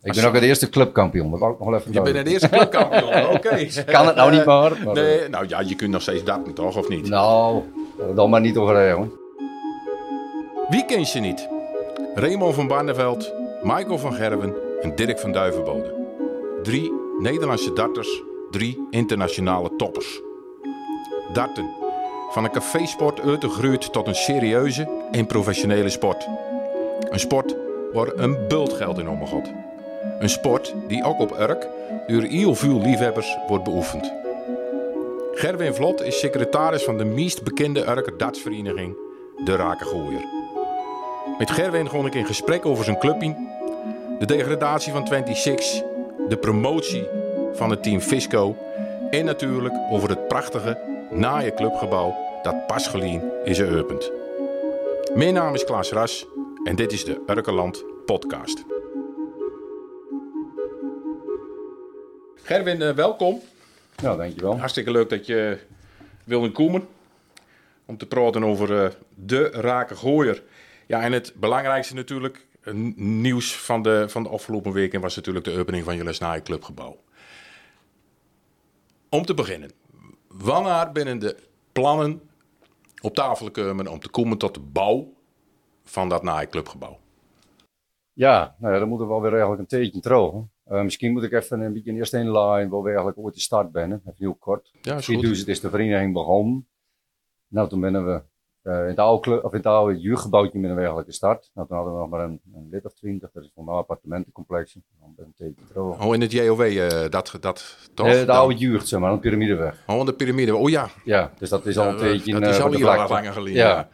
Ik ben ook het eerste clubkampioen. Dat wou ik nog wel even Je bent duidelijk. het eerste clubkampioen, oké. Kan het nou niet meer? maar, Nee, nou ja, je kunt nog steeds dappen, toch? Of niet? Nou, dan maar niet over hè, hoor. Wie kent je niet? Raymond van Barneveld, Michael van Gerwen en Dirk van Duivenbode. Drie Nederlandse darters, drie internationale toppers. Darten. Van een cafésport uitgegroeid tot een serieuze en professionele sport. Een sport waar een bult geld in omgaat. Een sport die ook op Urk door heel veel liefhebbers wordt beoefend. Gerwin Vlot is secretaris van de meest bekende Urker dartsvereniging, de Rakengooier. Met Gerwin ging ik in gesprek over zijn clubje, de degradatie van 26, de promotie van het team Fisco en natuurlijk over het prachtige naaie clubgebouw dat pas gelien is geopend. Mijn naam is Klaas Ras en dit is de Urkeland podcast. Gerwin, eh, welkom. Nou, dankjewel. Hartstikke leuk dat je wilde komen om te praten over eh, de rake gooier. Ja, en het belangrijkste natuurlijk, eh, nieuws van de, van de afgelopen weken was natuurlijk de opening van jullie Snaai Clubgebouw. Om te beginnen, wanneer binnen de plannen op tafel komen om te komen tot de bouw van dat Naai Clubgebouw? Ja, nou ja, dan moeten we alweer eigenlijk een tijdje drogen. Eh, misschien moet ik even een beetje in eerste inlijn waar we eigenlijk ooit de start bennen. Even heel kort. Ja, is goed. 2000 is de vereniging begonnen. Nou, toen ben we eh, in het oude, clu- of in het oude jeugdgebouwtje ben we eigenlijk gestart. Nou, toen hadden we nog maar een, een lid of twintig. Dat is voor mij appartementencomplex. Dan ben ik een tijdje droog. Oh, in het JOW, eh, dat, dat toch? Eh, de Dan- oude jeugd, zeg maar, aan de piramideweg. Oh, aan de piramide. Oh ja, Ja, dus dat is al een eh, tijdje... dat is eh, al wat hier al vlakte. langer geleden. Ja. ja.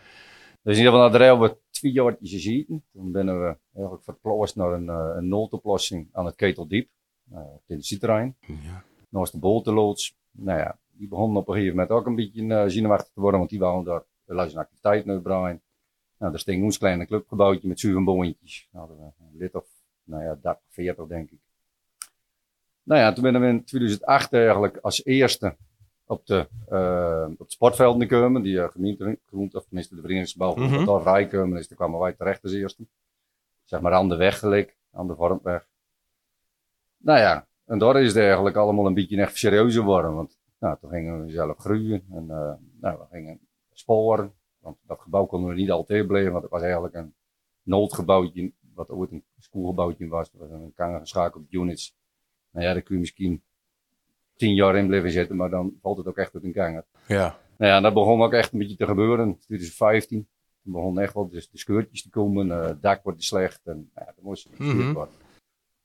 Dus in ieder geval, na de hebben we twee jaartjes gezeten. Toen zijn we eigenlijk verplaatst naar een, eh, een noodoplossing aan het Keteldiep, eh, op het industrieterrein. Ja. Naast de boltenloods. Nou ja, die begonnen op een gegeven moment ook een beetje eh zenuwachtig te worden, want die wouden daar luisterende activiteiten uitbreiden. Nou, daar sting ons kleine clubgebouwtje met zuivenboontjes. Daar hadden we een lid of, nou ja, 30, 40 denk ik. Nou ja, toen ben we in 2008 eigenlijk als eerste op, de, eh, op het sportvelden komen, die eh, gemeente, gemeente, of tenminste de verenigingsgebouw, mm Mhm. daar vrij komen, dus daar kwamen wij terecht als eerste. Zeg maar aan de weg gelijk, aan de vormweg. Nou ja, en daar is het eigenlijk allemaal een beetje echt serieuzer worden, want nou, toen gingen we zelf groeien en eh, nou, we gingen sporen, want dat gebouw konden we niet altijd blijven, want het was eigenlijk een noodgebouwtje, wat ooit een schoolgebouwtje was, dat was een kangergeschakeld units. Nou ja, daar kun je misschien tien jaar in blijven zitten, maar dan valt het ook echt uit een kanger. ja. Nou ja, dat begon ook echt een beetje te gebeuren in 2015. Toen begon echt wel de, de scheurtjes te komen, eh, het dak wordt slecht en nou ja, dat moest gestuurd Mhm. worden.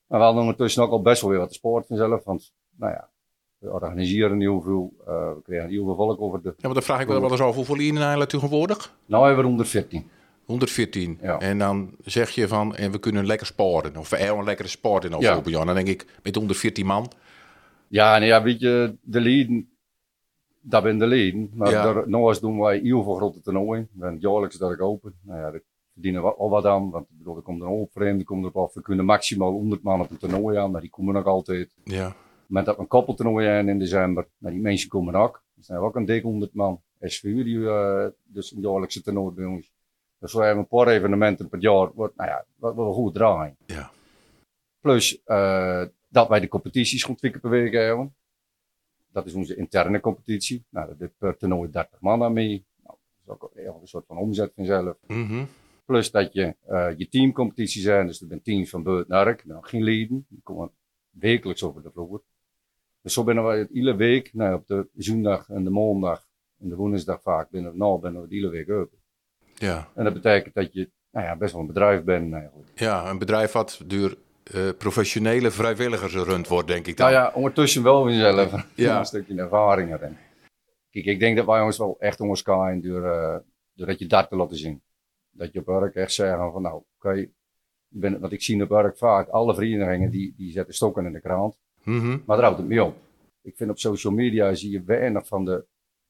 Maar we hadden ondertussen ook al best wel weer wat sport vanzelf, want nou ja, we organiseren heel veel, eh, we kregen heel veel volk over de... Ja, maar dan vraag ik me wel eens af, hoeveel in Nederland tegenwoordig? Nou hebben we er 114. 114. Ja. En dan zeg je van, en we kunnen lekker sporten. Of we hebben een lekkere sport in afgelopen jaar. Dan denk ik, met 114 man. Ja, nee, ja, weet je, de leden, dat ben de leden. Maar Ja. daar, naast doen wij heel veel grote toernooien. We hebben jaarlijks dat ik open. Nou ja, daar verdienen we al wat aan. Want ik bedoel, er komt een hoop vreemden, komt erop af. We kunnen maximaal 100 man op een toernooi aan, maar die komen ook altijd. Ja. Met dat we een koppeltoernooi hebben in december, nou, die mensen komen ook. Er zijn ook een dik 100 man. SV, die, eh, dus een jaarlijkse toernooi bij ons. Dus we hebben een paar evenementen per jaar, wat, nou ja, wat we goed draaien. Ja. Plus eh, dat wij de competities goed twee keer per week hebben. Dat is onze interne competitie. Nou, dat doet per toernooi 30 man aan mee. Nou, dat is ook eigenlijk een soort van omzet vanzelf. Mhm. Plus dat je eh, je teamcompetitie zijn. Dus er zijn teams van Beurt naar Ark, nou, geen leden. Die komen wekelijks over de vloer. Dus zo binnen we het hele week, nou, op de zondag en de maandag en de woensdag vaak, binnen we, nou, binnen we de hele week open. Ja. En dat betekent dat je nou ja, best wel een bedrijf bent eigenlijk. ja, een bedrijf wat door eh, professionele vrijwilligers gerund wordt, denk ik dan. Nou ja, ondertussen wel vanzelf. Ja. Een stukje ervaring erin. Kijk, ik denk dat wij ons wel echt onder gaan door, eh, doordat je dat te laten zien. Dat je op werk echt zeggen van nou, oké, je bent- want ik zie op werk vaak alle verenigingen die, die zetten stokken in de krant. Mhm. Maar daar houdt het mee op. Ik vind op social media zie je weinig van de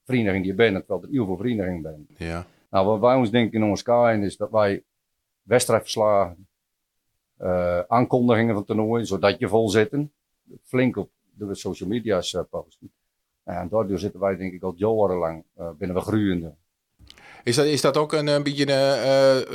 vereniging die je bent, terwijl er heel veel verenigingen bent. ja. Nou, wat wij ons denken in ons KN is dat wij wedstrijdverslagen, eh, aankondigingen van toernooien, zodat je vol zitten, flink op de social media's eh, posten. En daardoor zitten wij denk ik al jarenlang, eh binnen we groeiende. Is dat, is dat ook een, een beetje... eh, eh,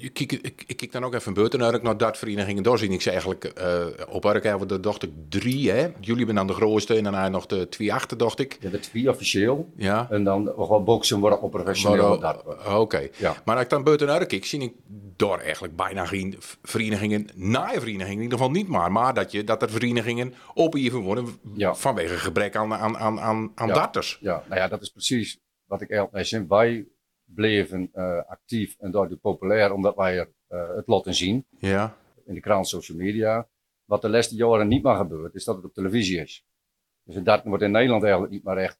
je kijk- ik, ik kijk dan ook even een beurt naar, naar dartverenigingen door zien. Ik zei eigenlijk, eh, op Urk hebben we de dochter drie, hè? Jullie zijn dan de grootste en daarna nog de twee achter, dacht ik. Je hebt twee officieel. Ja. En dan gewoon boksen worden op professioneel. Maar, dat- eh, Oké. Ja. Maar als ik dan buiten naar kijk, zie ik door eigenlijk bijna geen v- verenigingen, na verenigingen in ieder geval niet maar, maar dat, je, dat er verenigingen opgeheven worden w- Ja. vanwege gebrek aan, aan, aan, aan, aan Ja. darters. Ja, nou ja, dat is precies wat ik eigenlijk net zei. Wij bleven eh, actief en daardoor populair, omdat wij er, eh, het lot in zien. Ja. In de krant, social media. Wat de laatste jaren niet meer gebeurt, is dat het op televisie is. Dus het darten wordt in Nederland eigenlijk niet meer echt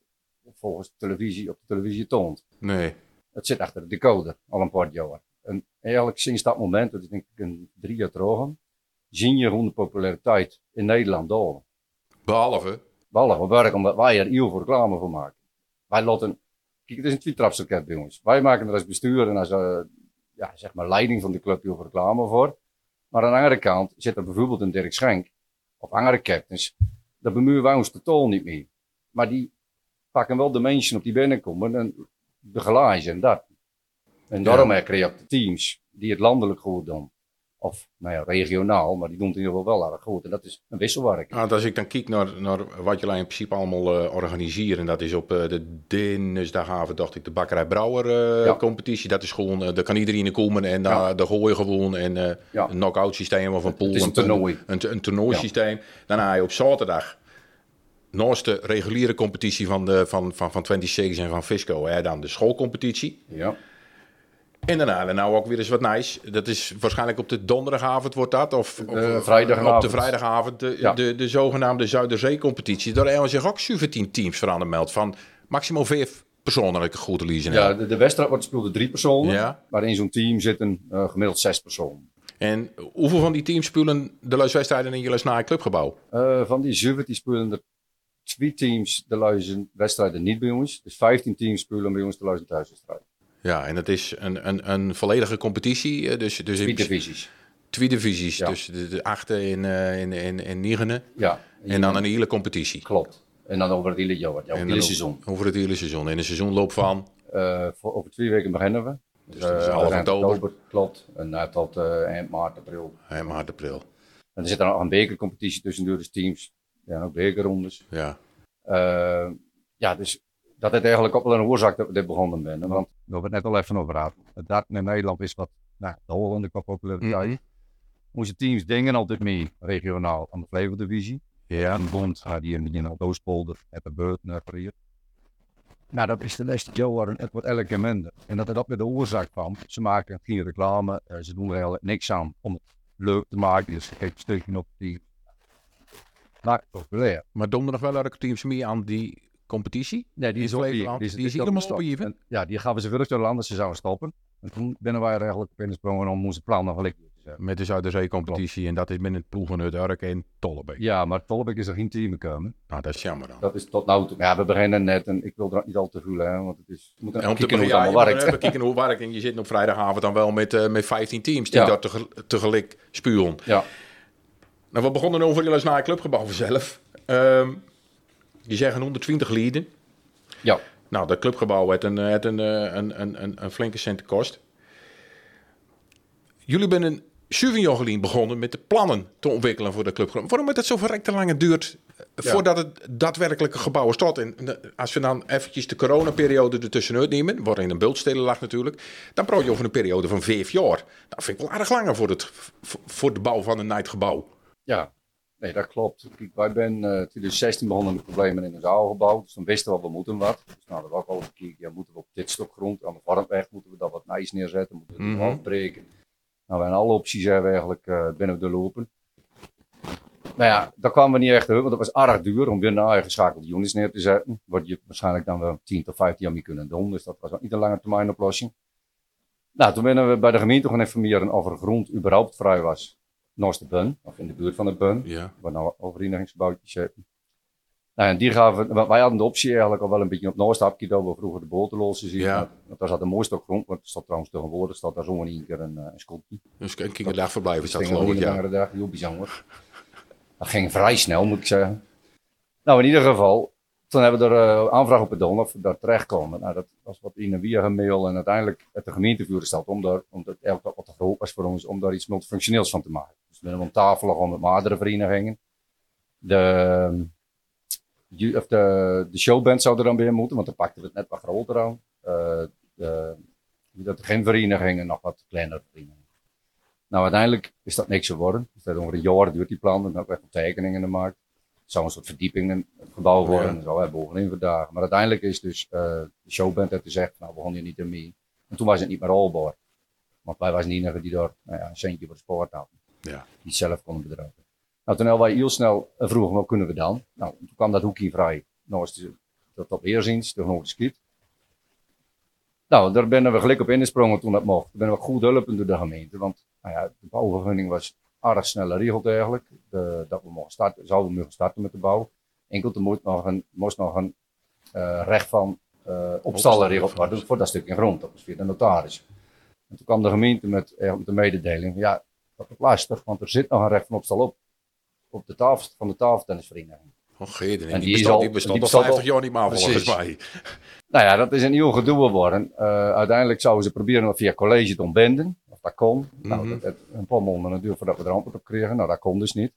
volgens televisie op de televisie toont. Nee. Het zit achter de decoder al een paar jaar. En eigenlijk sinds dat moment, dat is denk ik een drie jaar terug, zie je gewoon de populariteit in Nederland dalen. Behalve. Ballen we werk omdat wij er heel veel reclame voor maken. Wij laten, kijk, het is een tweetrapsraket bij ons. Wij maken er als bestuur en als eh, ja, zeg maar leiding van de club heel veel reclame voor. Maar aan de andere kant zit er bijvoorbeeld een Dirk Schenk of andere captains. Daar bemoeien wij ons totaal niet mee. Maar die pakken wel de mensen op die binnenkomen en de glazen en dat. En daarom ja. creëer je teams die het landelijk goed doen. Of nou ja, regionaal, maar die doen het in ieder geval wel erg goed. En dat is een wisselwerking. Want Nou, als ik dan kijk naar, naar wat jullie in principe allemaal eh, organiseren, en dat is op eh, de dinsdagavond, dacht ik, de Bakkerij Brouwer eh, Ja. competitie. Dat is gewoon, eh, daar kan iedereen in komen en daar, daar gooi je gewoon en eh, Ja. een knock-out systeem of een pool. het is een toernooi. Een, een toernooisysteem. Dan ga je op zaterdag naast de reguliere competitie van, de, van, van, van 26 en van Fisco, hè, dan de schoolcompetitie. Ja. En daarna, en nou ook weer eens wat nice. Dat is waarschijnlijk op de donderdagavond wordt dat. Of, of- Eh, of vrijdagavond. Op de vrijdagavond de, Ja. de, de zogenaamde Zuiderzeecompetitie. Daar hebben zich ook 17 teams voor aan de meld. Van maximaal vijf personen, als ik het goed lezen Ja, de, de wedstrijd wordt gespeeld door drie personen. Ja. Maar in zo'n team zitten eh, gemiddeld zes personen. En hoeveel van die teams spelen de luiswedstrijden in jullie naar clubgebouw? Eh, van die 17 spelen er twee teams de luizen wedstrijden niet bij ons. Dus 15 teams spelen bij ons de luizen thuiswedstrijden. Ja, en dat is een, een, een volledige competitie. eh, Dus, dus Twee in, divisies. twee divisies. Ja. Dus de, de achte en, eh, en, en, en negende. Ja. En dan een hele competitie. Klopt. En dan over het hele jaar, ja, over En het dan hele o- seizoen. Over het hele seizoen. En een seizoenloop van... Eh, voor, over twee weken beginnen we. Dus, dat is eh, half eind oktober. Klopt. En eh, tot eh, eind maart, april. hè, maart, april. En er zit dan nog een bekercompetitie tussendoor, dus teams. Ja, ook bekerrondes. Ja. Eh, ja, dus dat heeft eigenlijk ook wel een oorzaak dat we dit begonnen zijn. Want we hebben het net al even over gehad. Het darten in Nederland is wat nou, de Hollande qua populariteit. Onze teams dingen altijd mee regionaal aan de Flevoland-divisie. Ja. Een bond had hier in de Oostpolder, Eppenbeurt, Nerprier. Nou, dat is de laatste jaren, het wordt elke keer minder. En dat is ook weer de oorzaak van. Ze maken geen reclame, eh, ze doen er eigenlijk niks aan om het leuk te maken. Dus geef een stukje op die maakt het populair. Maar donderen nog wel elke teams mee aan die competitie? Nee, die In is ook Flevoland. hier. Die is ook helemaal gestopt. opgeheven. En Ja, die gaven ze willig door de landen, ze zouden stoppen. En toen binnen wij er eigenlijk op ingesprongen om onze plan nog gelijk te zetten. Met de Zuiderzeecompetitie. En dat is met het ploeg van het Urk en Tollebeek. Ja, maar Tolbek is er geen team gekomen. Nou, dat is jammer dan. Dat is tot nou toe. Ja, we beginnen net en ik wil er ook niet al te voelen, hè, want het is... We moeten En even om te kijken hoe beginnen, het ja, je allemaal moet werkt. even kijken hoe het werkt. En je zit op vrijdagavond dan wel met, eh, met 15 teams die Ja. daar tege- tegelijk spuwen. Ja, Nou, we begonnen over jullie naar het clubgebouw vanzelf. Ehm die zeggen 120 leden. ja. Nou, dat clubgebouw heeft een, heeft een, eh, een, een, een, een flinke cent kost. Jullie zijn een Joggelien begonnen met de plannen te ontwikkelen voor de clubgebouw. Waarom heeft dat zo verrekte lang duurt eh, voordat het daadwerkelijke gebouw is tot? En eh, als we dan eventjes de coronaperiode ertussenuit nemen, waarin een bultstelen lag natuurlijk, dan praat je over een periode van vijf jaar. Dat vind ik wel erg langer voor, het, voor- voor de bouw van een nightgebouw. Ja, nee, dat klopt. Kijk, wij zijn eh 2016 begonnen met problemen in ons oude gebouw. Dus dan wisten we, we moeten wat. Dus nou, dat was al gekeken, ja, moeten we op dit stuk grond, aan de farmweg, moeten we dat wat nice neerzetten, moeten we het Mhm. afbreken. Nou, we hebben alle opties hebben we eigenlijk eh, binnen de lopen. Nou ja, daar kwamen we niet echt uit, want dat was erg duur om weer een eigen geschakelde units neer te zetten. Wat je waarschijnlijk dan wel 10 tot 15 jaar mee kunnen doen. Dus dat was ook niet een lange termijn oplossing. Nou, toen werden we bij de gemeente gaan informeren of er grond überhaupt vrij was. Naast de bun, of in de buurt van de bun Ja. waar nou overenigingsgebouwtjes hebben. Nou, en die gaven, want wij hadden de optie eigenlijk al wel een beetje op noordstapje dat we vroeger de boterlossen zien. Ja. Want- Want daar zat een mooi stuk grond, want er staat trouwens tegenwoordig staat daar zo'n één keer een, eh, een sculptuur. Dus een kinderdag is dat Stingen geloof ik, hier ja. een paar dagen, heel bijzonder. Dat ging vrij snel, moet ik zeggen. Nou, in ieder geval, Toen hebben we er eh, aanvraag op gedaan of we daar terechtkomen. Nou, dat was wat in en weer gemail. En uiteindelijk heeft de gemeente voor gesteld om daar, omdat het eigenlijk wat te groot was voor ons, om daar iets multifunctioneels van te maken. Dus we hebben om tafel gegaan met mijn andere verenigingen. De, ehm, ju- of de, de showband zou er dan bij moeten, want dan pakten we het net wat groter aan. Eh, de, dat de gymverenigingen nog wat kleiner verenigingen. Nou, uiteindelijk is dat niks geworden. Dus dat ongeveer een jaar duurt die plan. We hebben ook echt tekeningen gemaakt. Het zou een soort verdieping in het gebouw worden. Ja. En zo hebben we bovenin vandaag. Maar uiteindelijk is dus eh, de showband heeft gezegd, nou, we gaan hier niet aan mee. En toen was het niet meer haalbaar. Want wij waren de enige die daar nou ja, een centje voor de sport hadden. Ja. Die het zelf konden bedrijven. Nou, toen hebben wij heel snel eh, vroegen, wat kunnen we dan? Nou, toen kwam dat hoekje vrij. Nou is het tot op eerziens, toen nog geschiet. Nou, daar ben we gelijk op ingesprongen toen dat mocht. Toen ben we goed hulpen door de gemeente. Want nou ja, de bouwvergunning was aardig snel geregeld eigenlijk. De- dat we mogen starten, zouden we mogen starten met de bouw. Enkel er moet nog een, moest nog een eh, recht van eh opstallen geregeld worden voor dat stukje grond. Dat was via de notaris. En toen kwam de gemeente met, eh, met de mededeling. van, Ja, dat is lastig, want er zit nog een recht van opstal op. Op de tafel van de tafeltennisvereniging. Oh, Geerden, en En die, die is bestond, al- die bestond die al bestond 50 al- jaar niet meer volgens Precies. mij. Nou ja, dat is een heel gedoe geworden. Eh, uiteindelijk zouden ze proberen dat via college te ontbinden. Of dat kon. Nou, Mhm. dat heeft een paar maanden duur voordat we er antwoord op kregen. Nou, dat kon dus niet.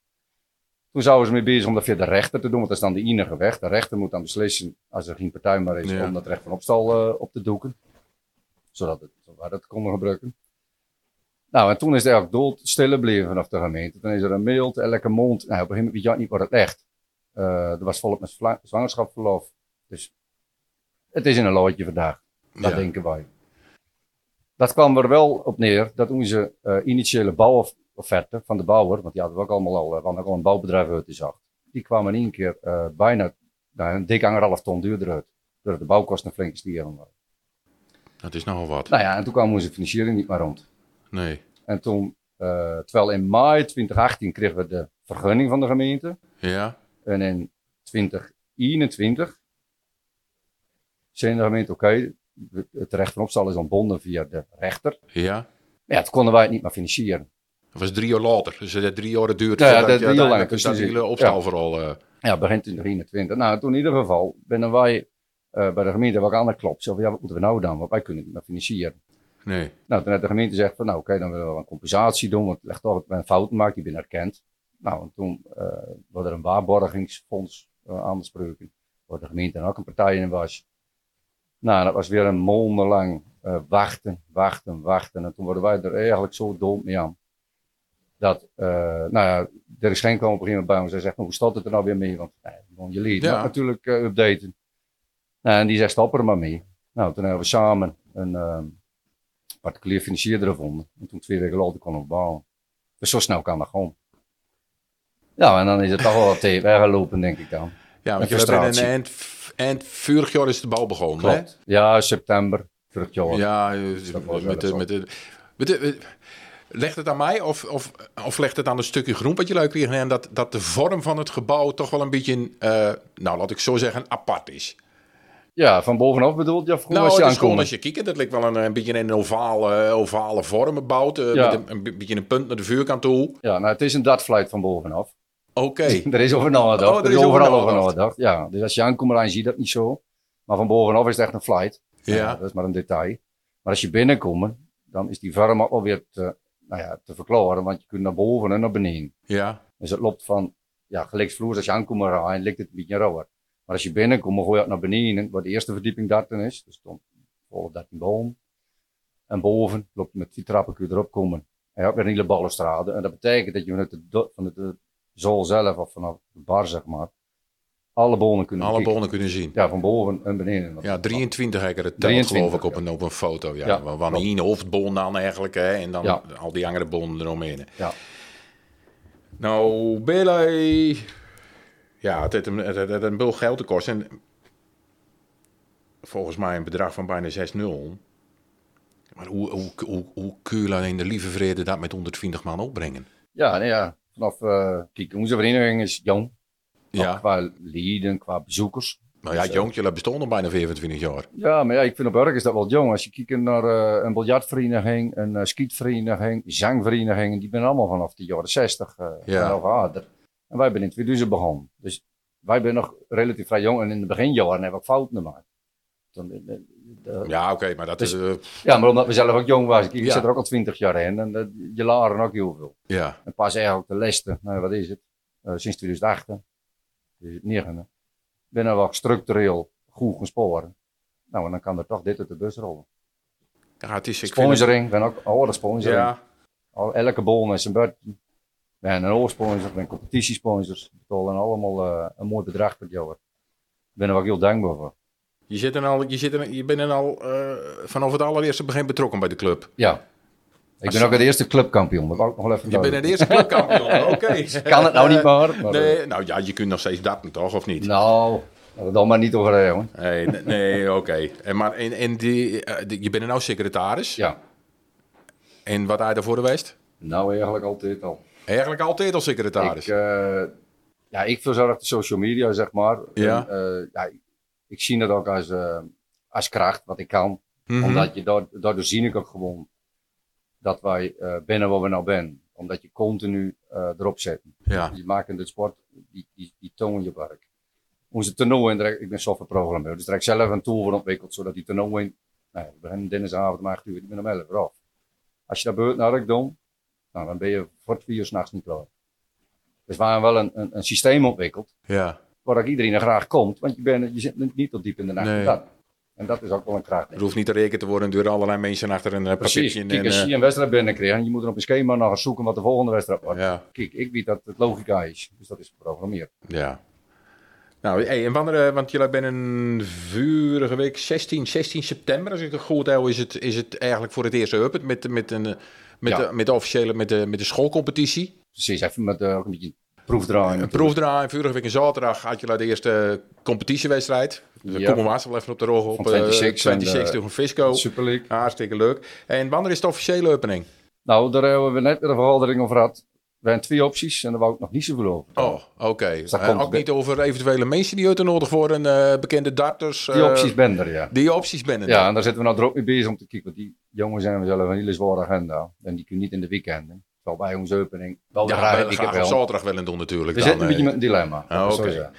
Toen zouden ze mee bezig om dat via de rechter te doen, want dat is dan de enige weg. De rechter moet dan beslissen, als er geen partij meer is, Ja. om dat recht van opstal eh, op te doeken. Zodat het, wij dat konden gebruiken. Nou, en toen is het eigenlijk dood stil gebleven vanaf de gemeente. Toen is er een mail te elke mond. Nou, op een gegeven moment weet je ook niet waar het ligt. Eh, er was volop met vla- zwangerschapsverlof. Dus het is in een loodje vandaag. Dat Ja. denken wij. Dat kwam er wel op neer dat onze eh, initiële bouwofferte van de bouwer, want die hadden we ook allemaal al, eh, we hadden ook al een bouwbedrijf uit die zag, die kwam in één keer eh, bijna nou, een dik anderhalf ton duurder uit. Doordat de bouwkosten flink gestegen waren. Dat is nou wat. Nou ja, en toen kwam onze financiering niet meer rond. Nee. En toen, eh, terwijl in mei 2018 kregen we de vergunning van de gemeente. Ja? En in 2021 zei de gemeente, oké, het recht van opstal is ontbonden via de rechter. Ja? Maar ja, toen konden wij het niet meer financieren. Dat was drie jaar later. Dus dat heeft drie jaar duurt. Ja, voordat dat je heel lang. uiteindelijk Dat Precies. hele opstal vooral. eh, Ja, begin 2021. Nou, toen in ieder geval binnen wij eh, bij de gemeente wat aan de klop. Zo van, ja, wat moeten we nou dan? Want wij kunnen het niet meer financieren. nee. Nou, toen heeft de gemeente gezegd van, nou oké, dan willen we wel een compensatie doen, want het ligt toch dat men fouten maakt, die ben erkend. Nou, en toen eh wordt er een waarborgingsfonds eh, aangesproken, waar de gemeente dan ook een partij in was. Nou, dat was weer een mondenlang eh wachten, wachten, wachten. En toen worden wij er eigenlijk zo dood mee aan. Dat, eh nou ja, er is geen kwam op een gegeven moment bij ons en zegt, nou, hoe staat het er nou weer mee? Want eh, want jullie Ja. ja. natuurlijk eh, updaten. Nou, en die zegt, stop er maar mee. Nou, toen hebben we samen een ehm particulier financierder gevonden. En toen twee weken later kon ik bouwen. Dus zo snel kan dat gewoon. Ja, en dan is het toch wel wat tegen weggelopen, denk ik dan. Ja, want Een je bent in frustratie. eind, eind vorig jaar is de bouw begonnen. hè? Klopt. Ja, september, vorig jaar. Ja, eh, dat met, was de- met, de- wel met, de- met de- eh, Legt het aan mij of, of, of legt het aan een stukje groen wat je leuk kreeg? En dat, dat de vorm van het gebouw toch wel een beetje, eh, nou laat ik zo zeggen, apart is. Ja, van bovenaf bedoeld, ja, vroeg Nou, als het je is gewoon aankomt. als je kijkt, dat lijkt wel een, een beetje een ovale, ovale vorm gebouwd. eh, Ja. Met een, een be- beetje een punt naar de vuurkant toe. Ja, nou, het is een dartflight van bovenaf. Oké, Er is over nagedacht. Oh, er is overal over nagedacht. nagedacht. Ja, dus als je aankomt, dan zie je dat niet zo. Maar van bovenaf is het echt een flight. Nou, ja. dat is maar een detail. Maar als je binnenkomt, dan is die vorm ook wel weer te, nou ja, te verklaren. Want je kunt naar boven en naar beneden. ja. Dus het loopt van, ja, gelijksvloers als je aankomt en ligt het een beetje rauwer. Maar als je binnenkomt, gooi je het naar beneden, waar de eerste verdieping darten is. Dus dan volgt dat in boom. En boven loopt met die trappen kun je erop komen. En je hebt weer een hele balustrade. En dat betekent dat je vanuit de, do- vanuit de zool zelf, of vanaf de bar zeg maar, alle bonen kunnen alle bekijken. bonen kunnen zien. Ja, van boven en beneden. Ja, 23 hekker het telt 23, geloof ik op ja. een, op een foto. Ja. Ja, Waar waar één hoofdbon dan eigenlijk hè, en dan Ja. al die andere bonnen eromheen. Ja. Nou, Billy. Ja, het heeft een, het heeft een bul geld gekost. En volgens mij een bedrag van bijna 6-0. Maar hoe, hoe, hoe, hoe kun je alleen de lieve vrede dat met 120 man opbrengen? Ja, nee, ja. Vanaf, eh, kijk, onze vereniging is jong. Ja, Qua leden, qua bezoekers. nou ja, Zo. Jonkje, dat bestond al bijna 25 jaar. Ja, maar ja, ik vind op Urk is dat wel jong. Als je kijkt naar eh, een biljartvereniging, een eh, skietvereniging, zangverenigingen, die zijn allemaal vanaf de jaren 60 eh Ja. en of ouder. En wij zijn in 2000 begonnen. Dus wij zijn nog relatief vrij jong en in de beginjaren hebben we ook fouten gemaakt. Toen, eh, eh, de- Ja, oké, maar dat Dus- is... eh, ja, maar omdat we zelf ook jong waren. Ik, ik Ja. zit er ook al twintig jaar in en eh, je laren ook heel veel. ja, En pas eigenlijk de laatste, nou, wat is het, eh, sinds 2008, hè, Dus 2009, ben we structureel goed gesporen. Nou, en dan kan er toch dit uit de bus rollen. ja, het is... Ik vind het- Sponsoring, ben ook al de sponsoring. ja, Al, elke bol met zijn budget. We hebben een oorsponsor, we hebben competitiesponsors. We betalen allemaal eh, een mooi bedrag per jaar. Daar ben ik ook heel dankbaar voor. je, zit er al, je, zit er, je bent er al eh, vanaf het allereerste begin betrokken bij de club. Ja. Ik ben ook het eerste clubkampioen, Nou, dat wou ik nog wel even Je bent duidelijk. het eerste clubkampioen, oké. Kan het nou niet maar. maar eh, Nee, nou ja, je kunt nog steeds dappen, toch? Of niet? Nou, laten we dan maar niet over hebben, jongen. Nee, nee, nee, oké. En, maar en, en die, eh, die- je bent er nou secretaris. Ja, En wat hij daarvoor geweest? nou eigenlijk altijd al. Eigenlijk altijd al secretaris. Ik, eh, ja, ik verzorg de social media, zeg maar. Ja. En, eh, ja, ik- ik zie dat ook als, eh, als kracht, wat ik kan. Mhm. eh, Omdat je daar, daardoor zie ik ook gewoon dat wij eh binnen waar we nou zijn. Omdat je continu eh, erop zet. Dus Ja, Die maken het sport, die, die, die tonen je werk. Onze toernooien, daar- ik ben softwareprogrammeur, dus daar heb ik zelf een tool voor ontwikkeld, zodat die toernooien, nou, we beginnen dinsdagavond om 8 uur, ik ben om 11 uur af. Als je dat beurt naar ik doe, nou, dan ben je voor het vier uur s'nachts niet klaar. Dus we hebben wel een, een, een systeem ontwikkeld, ja. waar ook iedereen er graag komt, want je, bent, je zit niet tot diep in de nacht. Nee. Dat. En dat is ook wel een kracht. Er hoeft niet te rekenen te worden door allerlei mensen achter een eh, Precies, papiertje. en, kijk, als eh, je een wedstrijd binnenkrijgt, en je moet er op een schema naar gaan zoeken wat de volgende wedstrijd wordt. eh, ja, Kijk, ik weet dat het logica is, dus dat is geprogrammeerd. ja. Nou, hey, en wanneer, eh, want jullie hebben een vurige week, 16, 16 september, als ik het goed heb, is het, is het eigenlijk voor het eerst geopend met, met, een, eh, met, Ja. de, met de officiële, met de, met de schoolcompetitie. Precies, even met eh, ook een beetje proefdraaien. Een proefdraai, vorige week en zaterdag had je de eerste competitiewedstrijd. Dus Ja. Kom maar wel even op de rol op. Van 26 eh, en, 26 eh, tegen Fisco. Super League. Hartstikke leuk. En wanneer is de officiële opening? Nou, daar hebben we net weer een vergadering over gehad. We hebben twee opties en daar wou ik nog niet zoveel over. Oh, oké. dat Eh, Dus komt ook bij- niet over eventuele mensen die uit nodig worden, eh, bekende darters. Die eh, opties ben er, ja. Die opties binnen. Ja, en daar zitten we nou er ook mee bezig om te kijken. Want die jongens hebben zelf een hele zware agenda. En die kunnen niet in de weekenden. Terwijl bij onze opening wel de Ja, graag, wij ik gaan heb op wel. zaterdag wel in doen natuurlijk. We dan, zitten een beetje eh. met een dilemma. Ah, laat ik het oké. zo zeggen.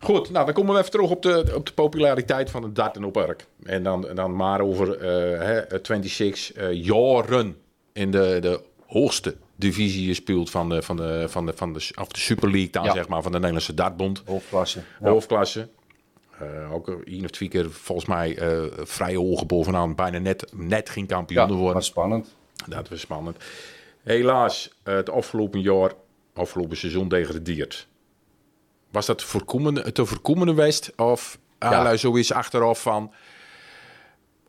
Goed, nou dan komen we even terug op de, op de populariteit van het darten op Urk. En dan, dan maar over eh, hè, 26 eh, jaren in de, de hoogste divisie je speelt van de, van de, van de, van de, of de Super League dan, Ja. zeg maar, van de Nederlandse dartbond. Hoofdklasse. Ja. Hoofdklasse. Eh, ook één of twee keer volgens mij eh, vrij hoog bovenaan. Bijna net, net geen kampioen Ja, geworden. maar spannend. Dat was spannend. Helaas, eh, het afgelopen jaar, afgelopen seizoen degradeerd. Was dat voorkomen, te voorkomen geweest? Of ja. zo is achteraf van...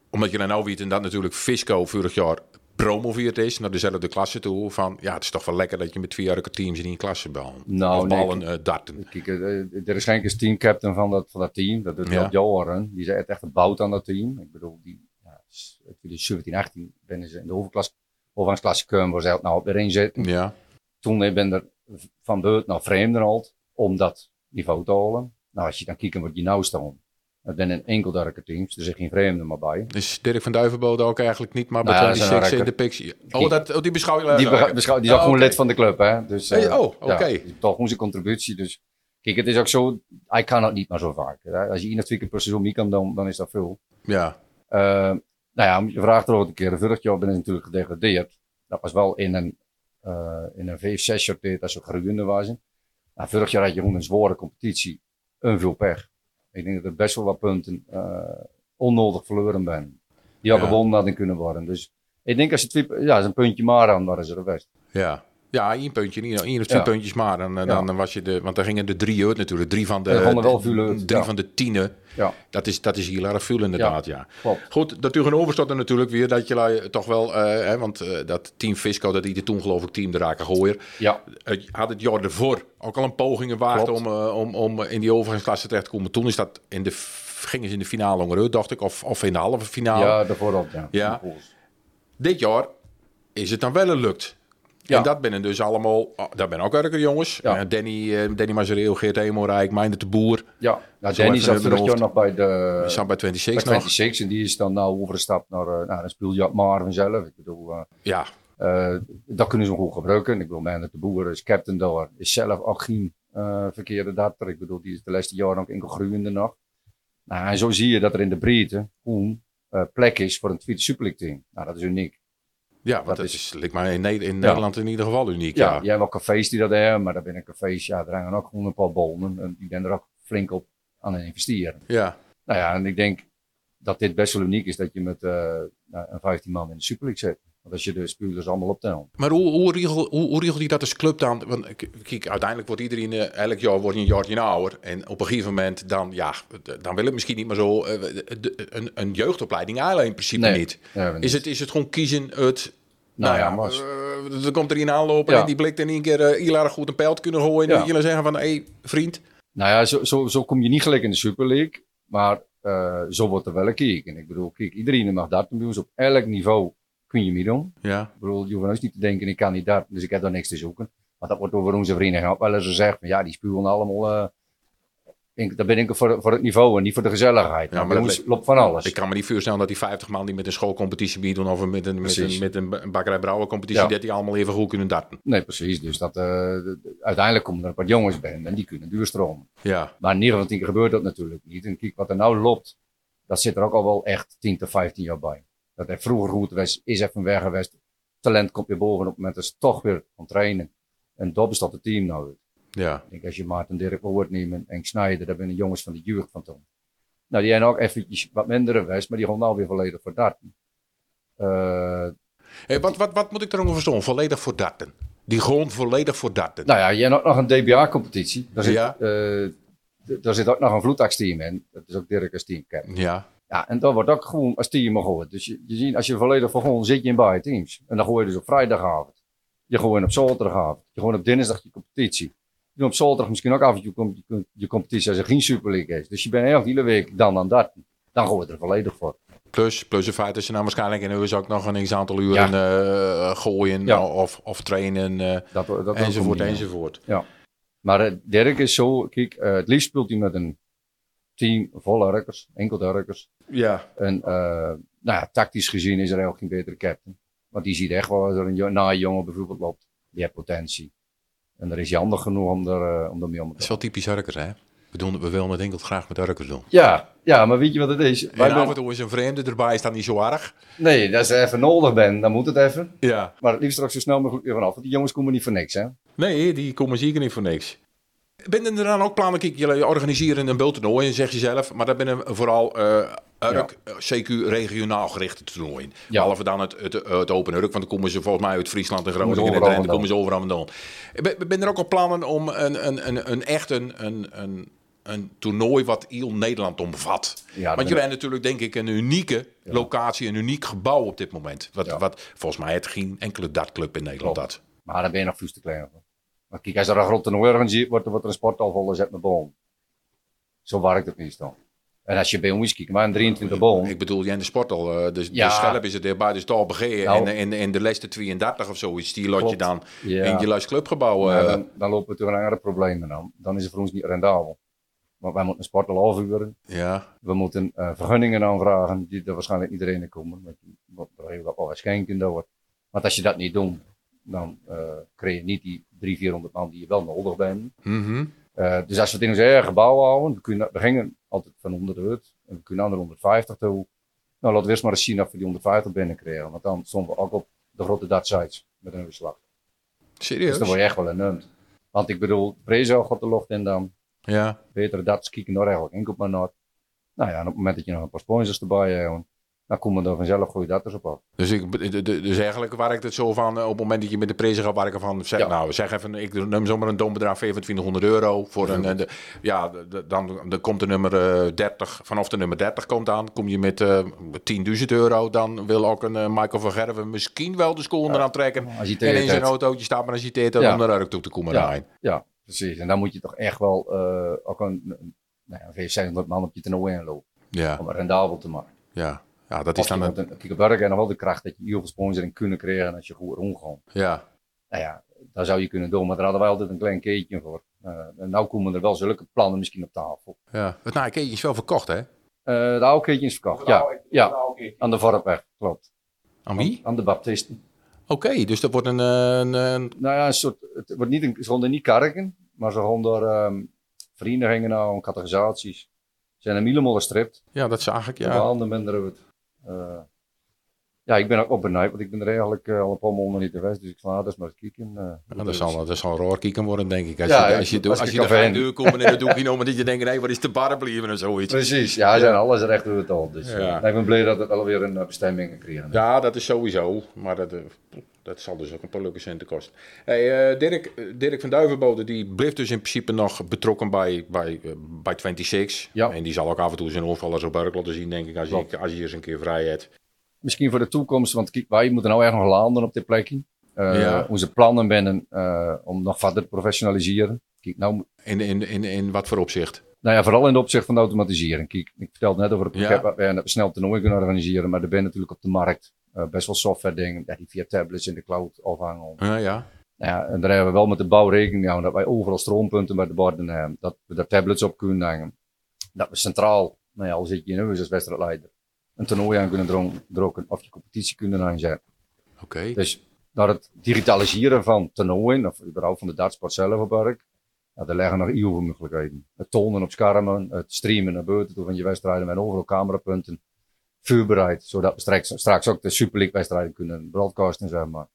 Omdat je dan nou weet en dat natuurlijk Fisco vorig jaar promoveerd is naar dezelfde klasse toe. Van ja, het is toch wel lekker dat je met twee jarige teams in één klasse ballen. Nou, of nee, ballen eh, darten. Kijk, eh, eh, er is geen eens teamcaptain van dat, van dat team. Dat doet Ja. ja. Joren. Die zijn echt gebouwd aan dat team. Ik bedoel, die ja, s- in 2017, 18 ben ze in de overklas, overgangsklasse Keum, waar ze het nou op erin zitten. Ja, Toen ben er van beurt naar Vreemdenholt om dat niveau te halen. Nou, als je dan kijkt wat je nou staat. Het zijn een enkel derke teams, er zit geen vreemden maar bij. dus Dirk van Duivenbode ook eigenlijk niet, maar bij Nou ja, dat is een 26 in de rakker. picture. Oh, dat, oh, die beschouw je... Die, bega- oké. beschouw- die is ook Oh, gewoon oké. lid van de club, hè? Dus, eh, Hey, oh, ja, oké. die betaalt gewoon zijn contributie. Dus kijk, het is ook zo, hij kan het niet maar zo vaak. hè. Als je één of twee keer per seizoen mee kan, dan, dan is dat veel. Ja, Eh, nou ja, om je vraagt er ook een keer. Vorig jaar ben ik natuurlijk gedegradeerd. Dat was wel in een, eh in een 5, 6 jaar tijd dat ze groeiende waren. Nou, vorig jaar had je gewoon een zware competitie. Een veel pech. Ik denk dat er best wel wat punten eh, onnodig verloren ben. Die hadden Ja. gewonnen hadden kunnen worden. Dus ik denk als je twee, ja, als een puntje maar aan, dan is er best. Ja. Ja, één puntje, één één of twee Ja. puntjes maar. Dan, eh, dan was je de, want dan gingen de drie uit natuurlijk. Drie van de, Er konden wel veel uit, drie ja. van de tienen. Ja, Dat is, dat is heel erg veel inderdaad, ja. klopt. Goed, dat tegenover stond er natuurlijk weer dat je lui toch wel... eh, hè, want eh, dat team Fisco, dat die toen geloof ik team de Raken Gooier... Ja, eh, had het jaar ervoor ook al een poging gewaagd Klopt. om, eh, om, om in die overgangsklasse terecht te komen. Toen is dat in de, f- gingen ze in de finale onderuit, dacht ik. Of, of in de halve finale. ja daarvoor al. Ja. Nou. Ja. Dit jaar is het dan wel een lukt. Ja. En dat binnen dus allemaal, oh, dat ben ook Urker jongens. Ja. Eh, Danny, eh Danny Mazereel, Geert Hemelrijk, Meijndert de Boer. ja. Nou, Zo Danny even zat uit mijn vorig jaar hoofd. nog bij de, Sam bij 26 bij nog. 26 en die is dan nou overgestapt naar, eh, nou, dan speel je Marvin zelf. Ik bedoel, eh, Ja, Eh, dat kunnen ze hem goed gebruiken. Ik bedoel, Meijndert de Boer is captain daar. Is zelf ook geen eh, verkeerde darter. Ik bedoel, die is de laatste jaren ook enkel groeiende nog. Nou, en zo zie je dat er in de breedte gewoon eh, plek is voor een tweede superleague-team. Nou, dat is uniek. Ja, want dat, Dat is, is- lijkt mij in, Ne- in Nederland in ieder geval uniek. Ja, Ja, jij hebt wel cafés die dat hebben, maar daar binnen cafés, ja, daar hangen ook gewoon een paar bollen. En die zijn er ook flink op aan het investeren. ja. Nou ja, en ik denk dat dit best wel uniek is dat je met eh, nou, een 15 man in de Super League zit. Want als je de spelers allemaal optelt. Maar hoe, hoe, regel, hoe, hoe regelt hij dat als club dan? Want eh, k- kijk, uiteindelijk wordt iedereen, eh, elk jaar wordt je een jaartje ouder. En op een gegeven moment dan, ja, d- dan wil het misschien niet meer zo. eh, de- de- een, een jeugdopleiding alleen in principe Nee. niet. Ja, we- Is het, is het gewoon kiezen uit... Nou Nou, ja, ja, mas. eh, er komt er een aanlopen Ja. en die blikt in één keer eh, heel erg goed een pijl te kunnen gooien. En Ja. dan jullie zeggen van, hé hey, vriend, Nou ja, zo, zo, zo kom je niet gelijk in de Super League. Maar eh, zo wordt er wel een kijk. En ik bedoel, kijk, iedereen mag darten bij ons. Op elk niveau kun je meedoen. ja, Ik bedoel, je hoeft nou eens niet te denken, ik kan niet darten, dus ik heb daar niks te zoeken. Maar dat wordt over onze vereniging ook wel eens gezegd. Van, ja, die spuwen allemaal... eh ik, dat ben ik voor, voor het niveau en niet voor de gezelligheid. Ja, Ja, maar maar dat ons loopt van alles. ik kan me niet voorstellen dat die 50 man die met een schoolcompetitie meedoen of met een, met een, Precies. met een ba- bakkerij-brouwercompetitie, Ja. dat die allemaal even goed kunnen darten. Nee, precies. Dus dat, eh, de- de- uiteindelijk komen er een paar jongens bij en die kunnen duurstromen. Ja, Maar in ieder geval tien gebeurt dat natuurlijk niet. En kijk, wat er nou loopt, dat zit er ook al wel echt 10 tot 15 jaar bij. Dat er vroeger goed was, is even weg geweest. Talent komt weer boven op het moment dat ze toch weer gaan trainen. En dat bestaat het team nou uit. ja, Ik denk, als je Maarten Dirk wil woord nemen en Snijder, dat zijn de jongens van de jeugd van toen. Nou, die zijn ook eventjes wat minder geweest, maar die gaan nou weer volledig voor dat. Eh, Hey, wat, wat, wat moet ik daarover verstaan? Volledig voor darten. Die gewoon volledig voor darten. Nou ja, je hebt ook nog een DBA-competitie. Daar, zit, Ja. eh, d- daar zit ook nog een vloedaksteam in. Dat is ook Dirk als teamcap. Ja, Ja, en dat wordt ook gewoon als team gehoord. Dus je, je ziet, als je volledig begon, zit je in beide teams. En dan gooi je dus op vrijdagavond. Je gooit op zaterdagavond. Je gooit op dinsdag je competitie. Je doet op zaterdag misschien ook af en toe kom- je, com- je competitie als er geen Super League is. Dus je bent elke hele week dan aan dat. Dan gooi je er volledig voor. plus, plus het feit dat ze nou waarschijnlijk in de huis ook nog een x aantal uren eh, gooien Ja. of, of trainen eh, Dat, dat- dat enzovoort komt niet. enzovoort. Maar eh, Dirk is zo, kijk, eh, het liefst speelt hij met een team volle rukkers, enkel rukkers. Ja, En eh, nou ja, tactisch gezien is er eigenlijk geen betere captain. Want die ziet echt wel als er een jo- na jongen bijvoorbeeld loopt. Die heeft potentie. En daar is hij handig genoeg om er, eh, om er mee om te dat is wel typisch Harkers hè. We, doen, we willen het enkel graag met Harkers doen. Ja, ja, maar weet je wat het is? Wij Maar af en ben- toe is een vreemde erbij, is dat niet zo erg. Nee, als je even nodig bent, dan moet het even. Ja. Maar het liefst er ook zo snel mogelijk weer vanaf. Want die jongens komen niet voor niks, hè? Nee, die komen zeker niet voor niks. Binnen er dan ook plannen, kijk, jullie organiseren een bultoernooi, zeg je zelf, maar dat binnen vooral eh Urk, CQ regionaal gerichte toernooien. Ja. Behalve dan het, het, het Open Urk, want dan komen ze volgens mij uit Friesland en Groningen en overal dan vandaan. komen ze overal vandaan. Ben, ben er ook al plannen om een, een, een, een echt een, een, een, een toernooi wat heel Nederland omvat? Ja, dat want ben- jullie hebben natuurlijk denk ik een unieke locatie, een uniek gebouw op dit moment. Wat, Ja. wat volgens mij het geen enkele dartclub in Nederland had. Maar daar ben je nog vuist te klein voor. Maar kijk, als er een grote toernooi organiseerd wordt, dan wordt er een sportal volgezet met boom. Zo werkt het meestal. En als je bij ons kijkt, maar een 23 boom. Ik bedoel, jij in de sport al. eh, Dus Ja. de schelp is het erbij, dus daar begin je. Nou. En, en, en de laatste 32 of zoiets, die lot je Klopt. dan Ja. in je luis clubgebouw. eh, Maar dan, dan lopen we toch een andere problemen aan. Dan is het voor ons niet rendabel. Want wij moeten een sportal afhuren. ja. We moeten eh, vergunningen aanvragen die er waarschijnlijk niet in komen. Want je moet er heel wat wel schenken door. Want als je dat niet doet, dan eh krijg je niet die 300, 400 man die je wel nodig bent. Mhm. Eh, dus als we het in ons eigen gebouw houden, we, kunnen, we gingen altijd van 100 uit. En we kunnen naar de 150 toe. Nou, laten we eerst maar eens zien of we die 150 binnenkrijgen. Want dan stonden we ook op de grote Dutch sites met een uitslag. Serieus? Dus dan word je echt wel een nunt. Want ik bedoel, Prezo gaat de lucht in dan. Ja. Betere dat kieken nog eigenlijk inkoop maar naar. Nou ja, en op het moment dat je nog een paar sponsors erbij hebt, dan komen er vanzelf goede datters op af. Dus, ik, de- de- dus eigenlijk werkt het zo van, eh, op het moment dat je met de prijzen gaat werken van, zeg Ja. nou, zeg even, ik neem zomaar een dom bedrag, 2500 euro voor een, eh, de- ja, de- de- dan, dan komt de nummer eh, 30, vanaf de nummer 30 komt aan, kom je met eh 10.000 euro, dan wil ook een eh, Michael van Gerven misschien wel de school onderaan trekken. Als je En tegen in zijn het- autootje staat, maar als je teert, dan Ja. om naar Urk toe te komen Ja. rijden. Ja, precies. En dan moet je toch echt wel eh, ook een, een, nou ja, 500 man op je toernooi inlopen. Ja, Om het rendabel te maken. ja. Ja, dat Of is je dan moet een... een, kijk, op werk en nog wel de kracht dat je heel veel sponsoring kunnen krijgen als je goed rondgaat. Ja, Nou ja, daar zou je kunnen doen, maar daar hadden wij altijd een klein keertje voor. Eh, en nou komen er wel zulke plannen misschien op tafel. ja. Het nakeetje is wel verkocht, hè? Eh de oude keertje is verkocht, ja. ja. Aan de Vorpweg, klopt. Aan wie? Aan de Baptisten. Oké, dus dat wordt een, eh, een, een- Nou ja, een soort, het wordt niet een, ze konden niet karken, maar ze konden ehm verenigingen nou, categorisaties. Ze zijn een milemol gestript. Ja, dat zag ik, Ja. ja. handen minder het. Eh, ja, ik ben ook op benijd, want ik ben er eigenlijk eh, al een paar maanden niet geweest, dus ik sla dus maar eens kijken. eh, hoe Ja, het dat is. zal, dat zal een roor kieken worden, denk ik. Als Ja, je, ik- Dus- als je, als als je, ik de er van- deur komt en dan doe je nog maar dat je denkt, hé, wat is de bar blijven en zoiets. Precies, ja, ze zijn alles recht door het al. Dus eh, Ja. nee, ik ben blij dat het alweer een eh, bestemming kreeg. Ja, dat is sowieso. Maar dat, eh, dat zal dus ook een paar leuke centen kosten. Hey, eh, Dirk, eh, Dirk van Duivenbode die blijft dus in principe nog betrokken bij, bij, eh, bij 26. Ja. En die zal ook af en toe zijn onvallen op werk laten zien, denk ik, als je, Klopt. als je eens een keer vrij hebt. misschien voor de toekomst, want kijk, wij moeten nou echt nog landen op dit plekje. Eh, Ja. Onze plannen binnen eh, om nog verder te professionaliseren. Kijk, nou, In, in, in, in wat voor opzicht? nou ja, vooral in de opzicht van de automatisering. Kijk, ik vertelde net over het Ja. pakket waar we een snel toernooi kunnen organiseren, maar er zijn natuurlijk op de markt eh, best wel software dingen, ja, die via tablets in de cloud afhangen. Ja, ja. Nou ja, en daar hebben we wel met de bouw rekening gehouden dat wij overal stroompunten bij de borden hebben, dat we daar tablets op kunnen hangen. Dat we centraal, nou ja, al zit je in huis als wedstrijdleider, een toernooi aan kunnen dron- drokken of je competitie kunnen aanzetten. Oké. Dus naar het digitaliseren van toernooien, of überhaupt van de dartsport zelf op werk, ja, daar liggen nog heel veel mogelijkheden. Het tonen op schermen, het streamen naar buiten toe van je wedstrijden met overal camerapunten voorbereid, zodat we straks, straks ook de Super League wedstrijden kunnen broadcasten, zeg maar.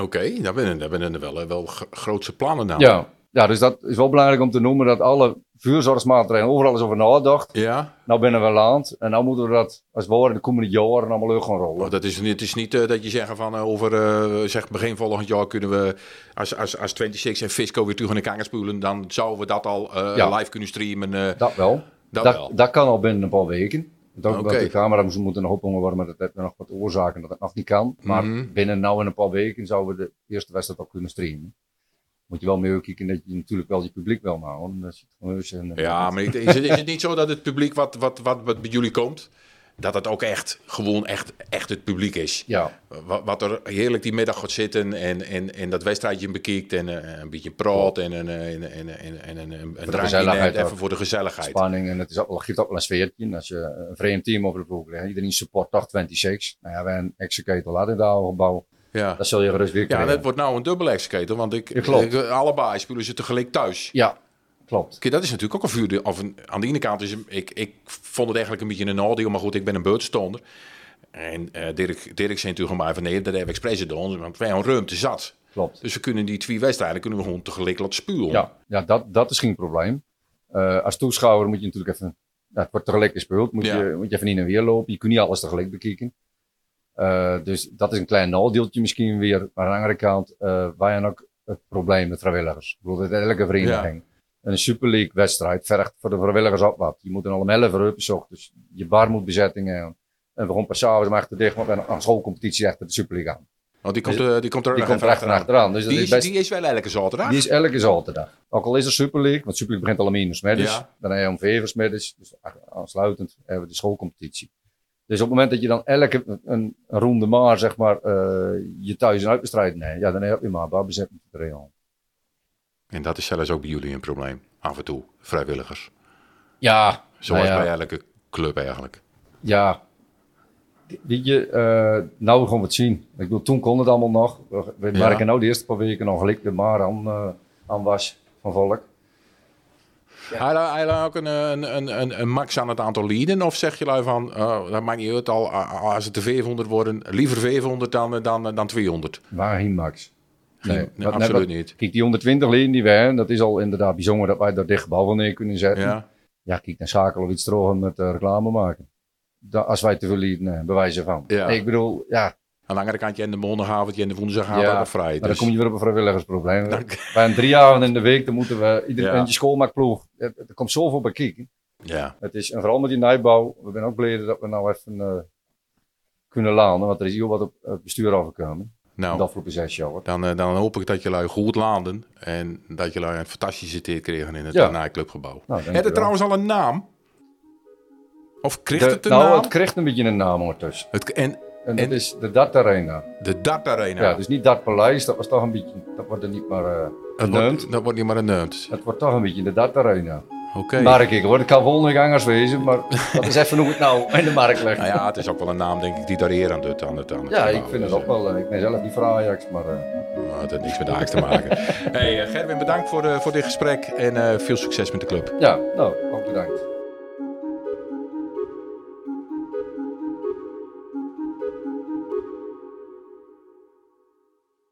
Oké, daar ben daar ben er wel, eh, wel gro- grootse plannen nou. naar. Ja. ja, dus dat is wel belangrijk om te noemen dat alle vuurzorgsmaatregelen overal is over nagedacht. Ja, Nou binnen we land en nou moeten we dat als het ware de komende jaren allemaal leuk gaan rollen. want dat is, het is niet eh, dat je zegt van eh, over eh, zeg begin volgend jaar kunnen we als, als, als 26 en Fisco weer terug in de kanger spulen, dan zouden we dat al eh, Ja. live kunnen streamen. eh, Dat wel. Dat wel. kan al binnen een paar weken. Want ook Oké. omdat de camera's moeten nog ophangen worden, maar dat heeft nog wat oorzaken dat het nog niet kan. Maar Mhm. binnen nou en een paar weken zouden we de eerste wedstrijd al kunnen streamen. Moet je wel mee kijken dat je natuurlijk wel je publiek wil houden. Dat zit gewoon heus in- Ja, maar ik- is het, is het niet zo dat het publiek wat, wat, wat, wat bij jullie komt, dat het ook echt gewoon echt, echt het publiek is? ja, Wat, wat er heerlijk die middag gaat zitten en, en, en dat wedstrijdje bekijkt en eh, een beetje praat en, een eh, en, en, en, en, en een drankje gezelligheid neemt, even ook. voor de gezelligheid. spanning en het is ook, wel- geeft ook wel een sfeertje. En Als je een vreemd team over de vloer krijgt, iedereen support 826. Nou ja, wij een execute laden daar gebouw. Ja. Dat zul je gerust weer ja, en krijgen. het wordt nou een dubbele exeketel, want ik, Ja, klopt. ik- allebei spelen ze tegelijk thuis. Ja, klopt. Kijk, dat is natuurlijk ook een vuurde. Of een, aan de ene kant is hem- ik, ik vond het eigenlijk een beetje een nadeel, maar goed, ik ben een beurtstonder. En eh, Dirk, Dirk zei toen gewoon maar van nee, dat hebben we expres gedaan, want wij hebben ruimte zat. Klopt. Dus we kunnen die twee wedstrijden kunnen we gewoon tegelijk laten spuwen. Ja, ja dat, dat is geen probleem. Eh, als toeschouwer moet je natuurlijk even. Ja, het wordt tegelijk gespeeld, moet, Ja. je, moet je even niet en weer lopen. Je kunt niet alles tegelijk bekijken. Eh, dus dat is een klein nadeeltje misschien weer. Maar aan de andere kant, eh wij hebben ook het probleem met vrijwilligers. Ik bedoel, dat elke vereniging. Een Super League wedstrijd vergt voor de vrijwilligers ook wat. Je moet er allemaal 11 uur op zocht. Dus je bar moet bezettingen. En we gaan pas s'avonds maar achter dicht, want we hebben nog een schoolcompetitie achter de Super League aan. Want die komt, eh, die komt er, Die nog komt er even achter en achteraan. Dus dat Die is is, best die is wel elke zaterdag. die is elke zaterdag. Ook al is er Super League, want Super League begint al om 1 uur 's middags. Ja. Daarna om 5 uur 's middags. Dus aansluitend hebben we de schoolcompetitie. Dus op het moment dat je dan elke een, een ronde maar, zeg maar, eh, je thuis een uitwedstrijd neemt, ja, dan heb je maar een paar bezetting te regelen. En dat is zelfs ook bij jullie een probleem. Af en toe, vrijwilligers. Ja, Zoals Nou ja. bij elke club eigenlijk. Ja. Weet je, eh, nou we gaan we het zien. Ik bedoel, toen kon het allemaal nog. We, we Ja. merken nou de eerste paar weken nog gelijk de maar aan, eh, aan was van volk. Hij la- Hij laat ook een, een, een, een, een max aan het aantal lieden? Of zeg je lui van, eh, dat maakt niet uit, al, a- als het de 500 worden, liever 500 dan, eh, dan, eh, dan 200? Waar geen max? Geen- Nee, nee, wat- absoluut wat- niet. Kijk, die 120 leden die we hebben, dat is al inderdaad bijzonder dat wij daar dicht gebouw van neer kunnen zetten. Ja, Ja. kijk, dan schakelen we iets droog met eh, reclame maken. Da- als wij te veel leden hebben, bewijzen van. Ja. Ik bedoel, ja, Aan de andere kant, je en de maandagavond, je en de woensdagavond Ja, ja. vrij. maar dan Dus. kom je weer op een vrijwilligersprobleem. Dank. Bij een drie avonden in de week, dan moeten we iedereen Ja. en je schoolmaakploeg. Er, er komt zoveel bij kijken. Ja. Het is, en vooral met die nijbouw, we zijn ook blij dat we nou even eh, kunnen landen, want er is heel wat op het bestuur overkomen. Nou, De afgelopen zes jaar. dan, eh, dan hoop ik dat jullie goed landen en dat jullie een fantastische teer kregen in het eh, Ja. nightclubgebouw. Nou, Heb dankjewel. je trouwens al een naam? Of kreeg De- het een nou, naam? het kreeg een beetje een naam ondertussen. Het, en En, En- dat is de Dart Arena. de Dart Arena. Ja, dus niet Dart Paleis, dat was toch een beetje, dat wordt er niet maar eh dat, genoemd. wordt, dat wordt niet maar een neumt. Het wordt toch een beetje de Dart Arena. Oké. Oké. Mark ik hoor, ik kan Wolningangers wezen, maar dat is even hoe het nou in de markt ligt. Nou ja, het is ook wel een naam, denk ik, die daar eer aan doet. Aan het, aan het Ja, verhaal. ik vind het Dus, ook eh, wel. eh, Ik ben zelf niet voor Ajax, maar eh, nou, het heeft niks met Ajax te maken. hey, eh, Gerwin, bedankt voor, eh, voor dit gesprek en eh, veel succes met de club. ja, nou, ook bedankt.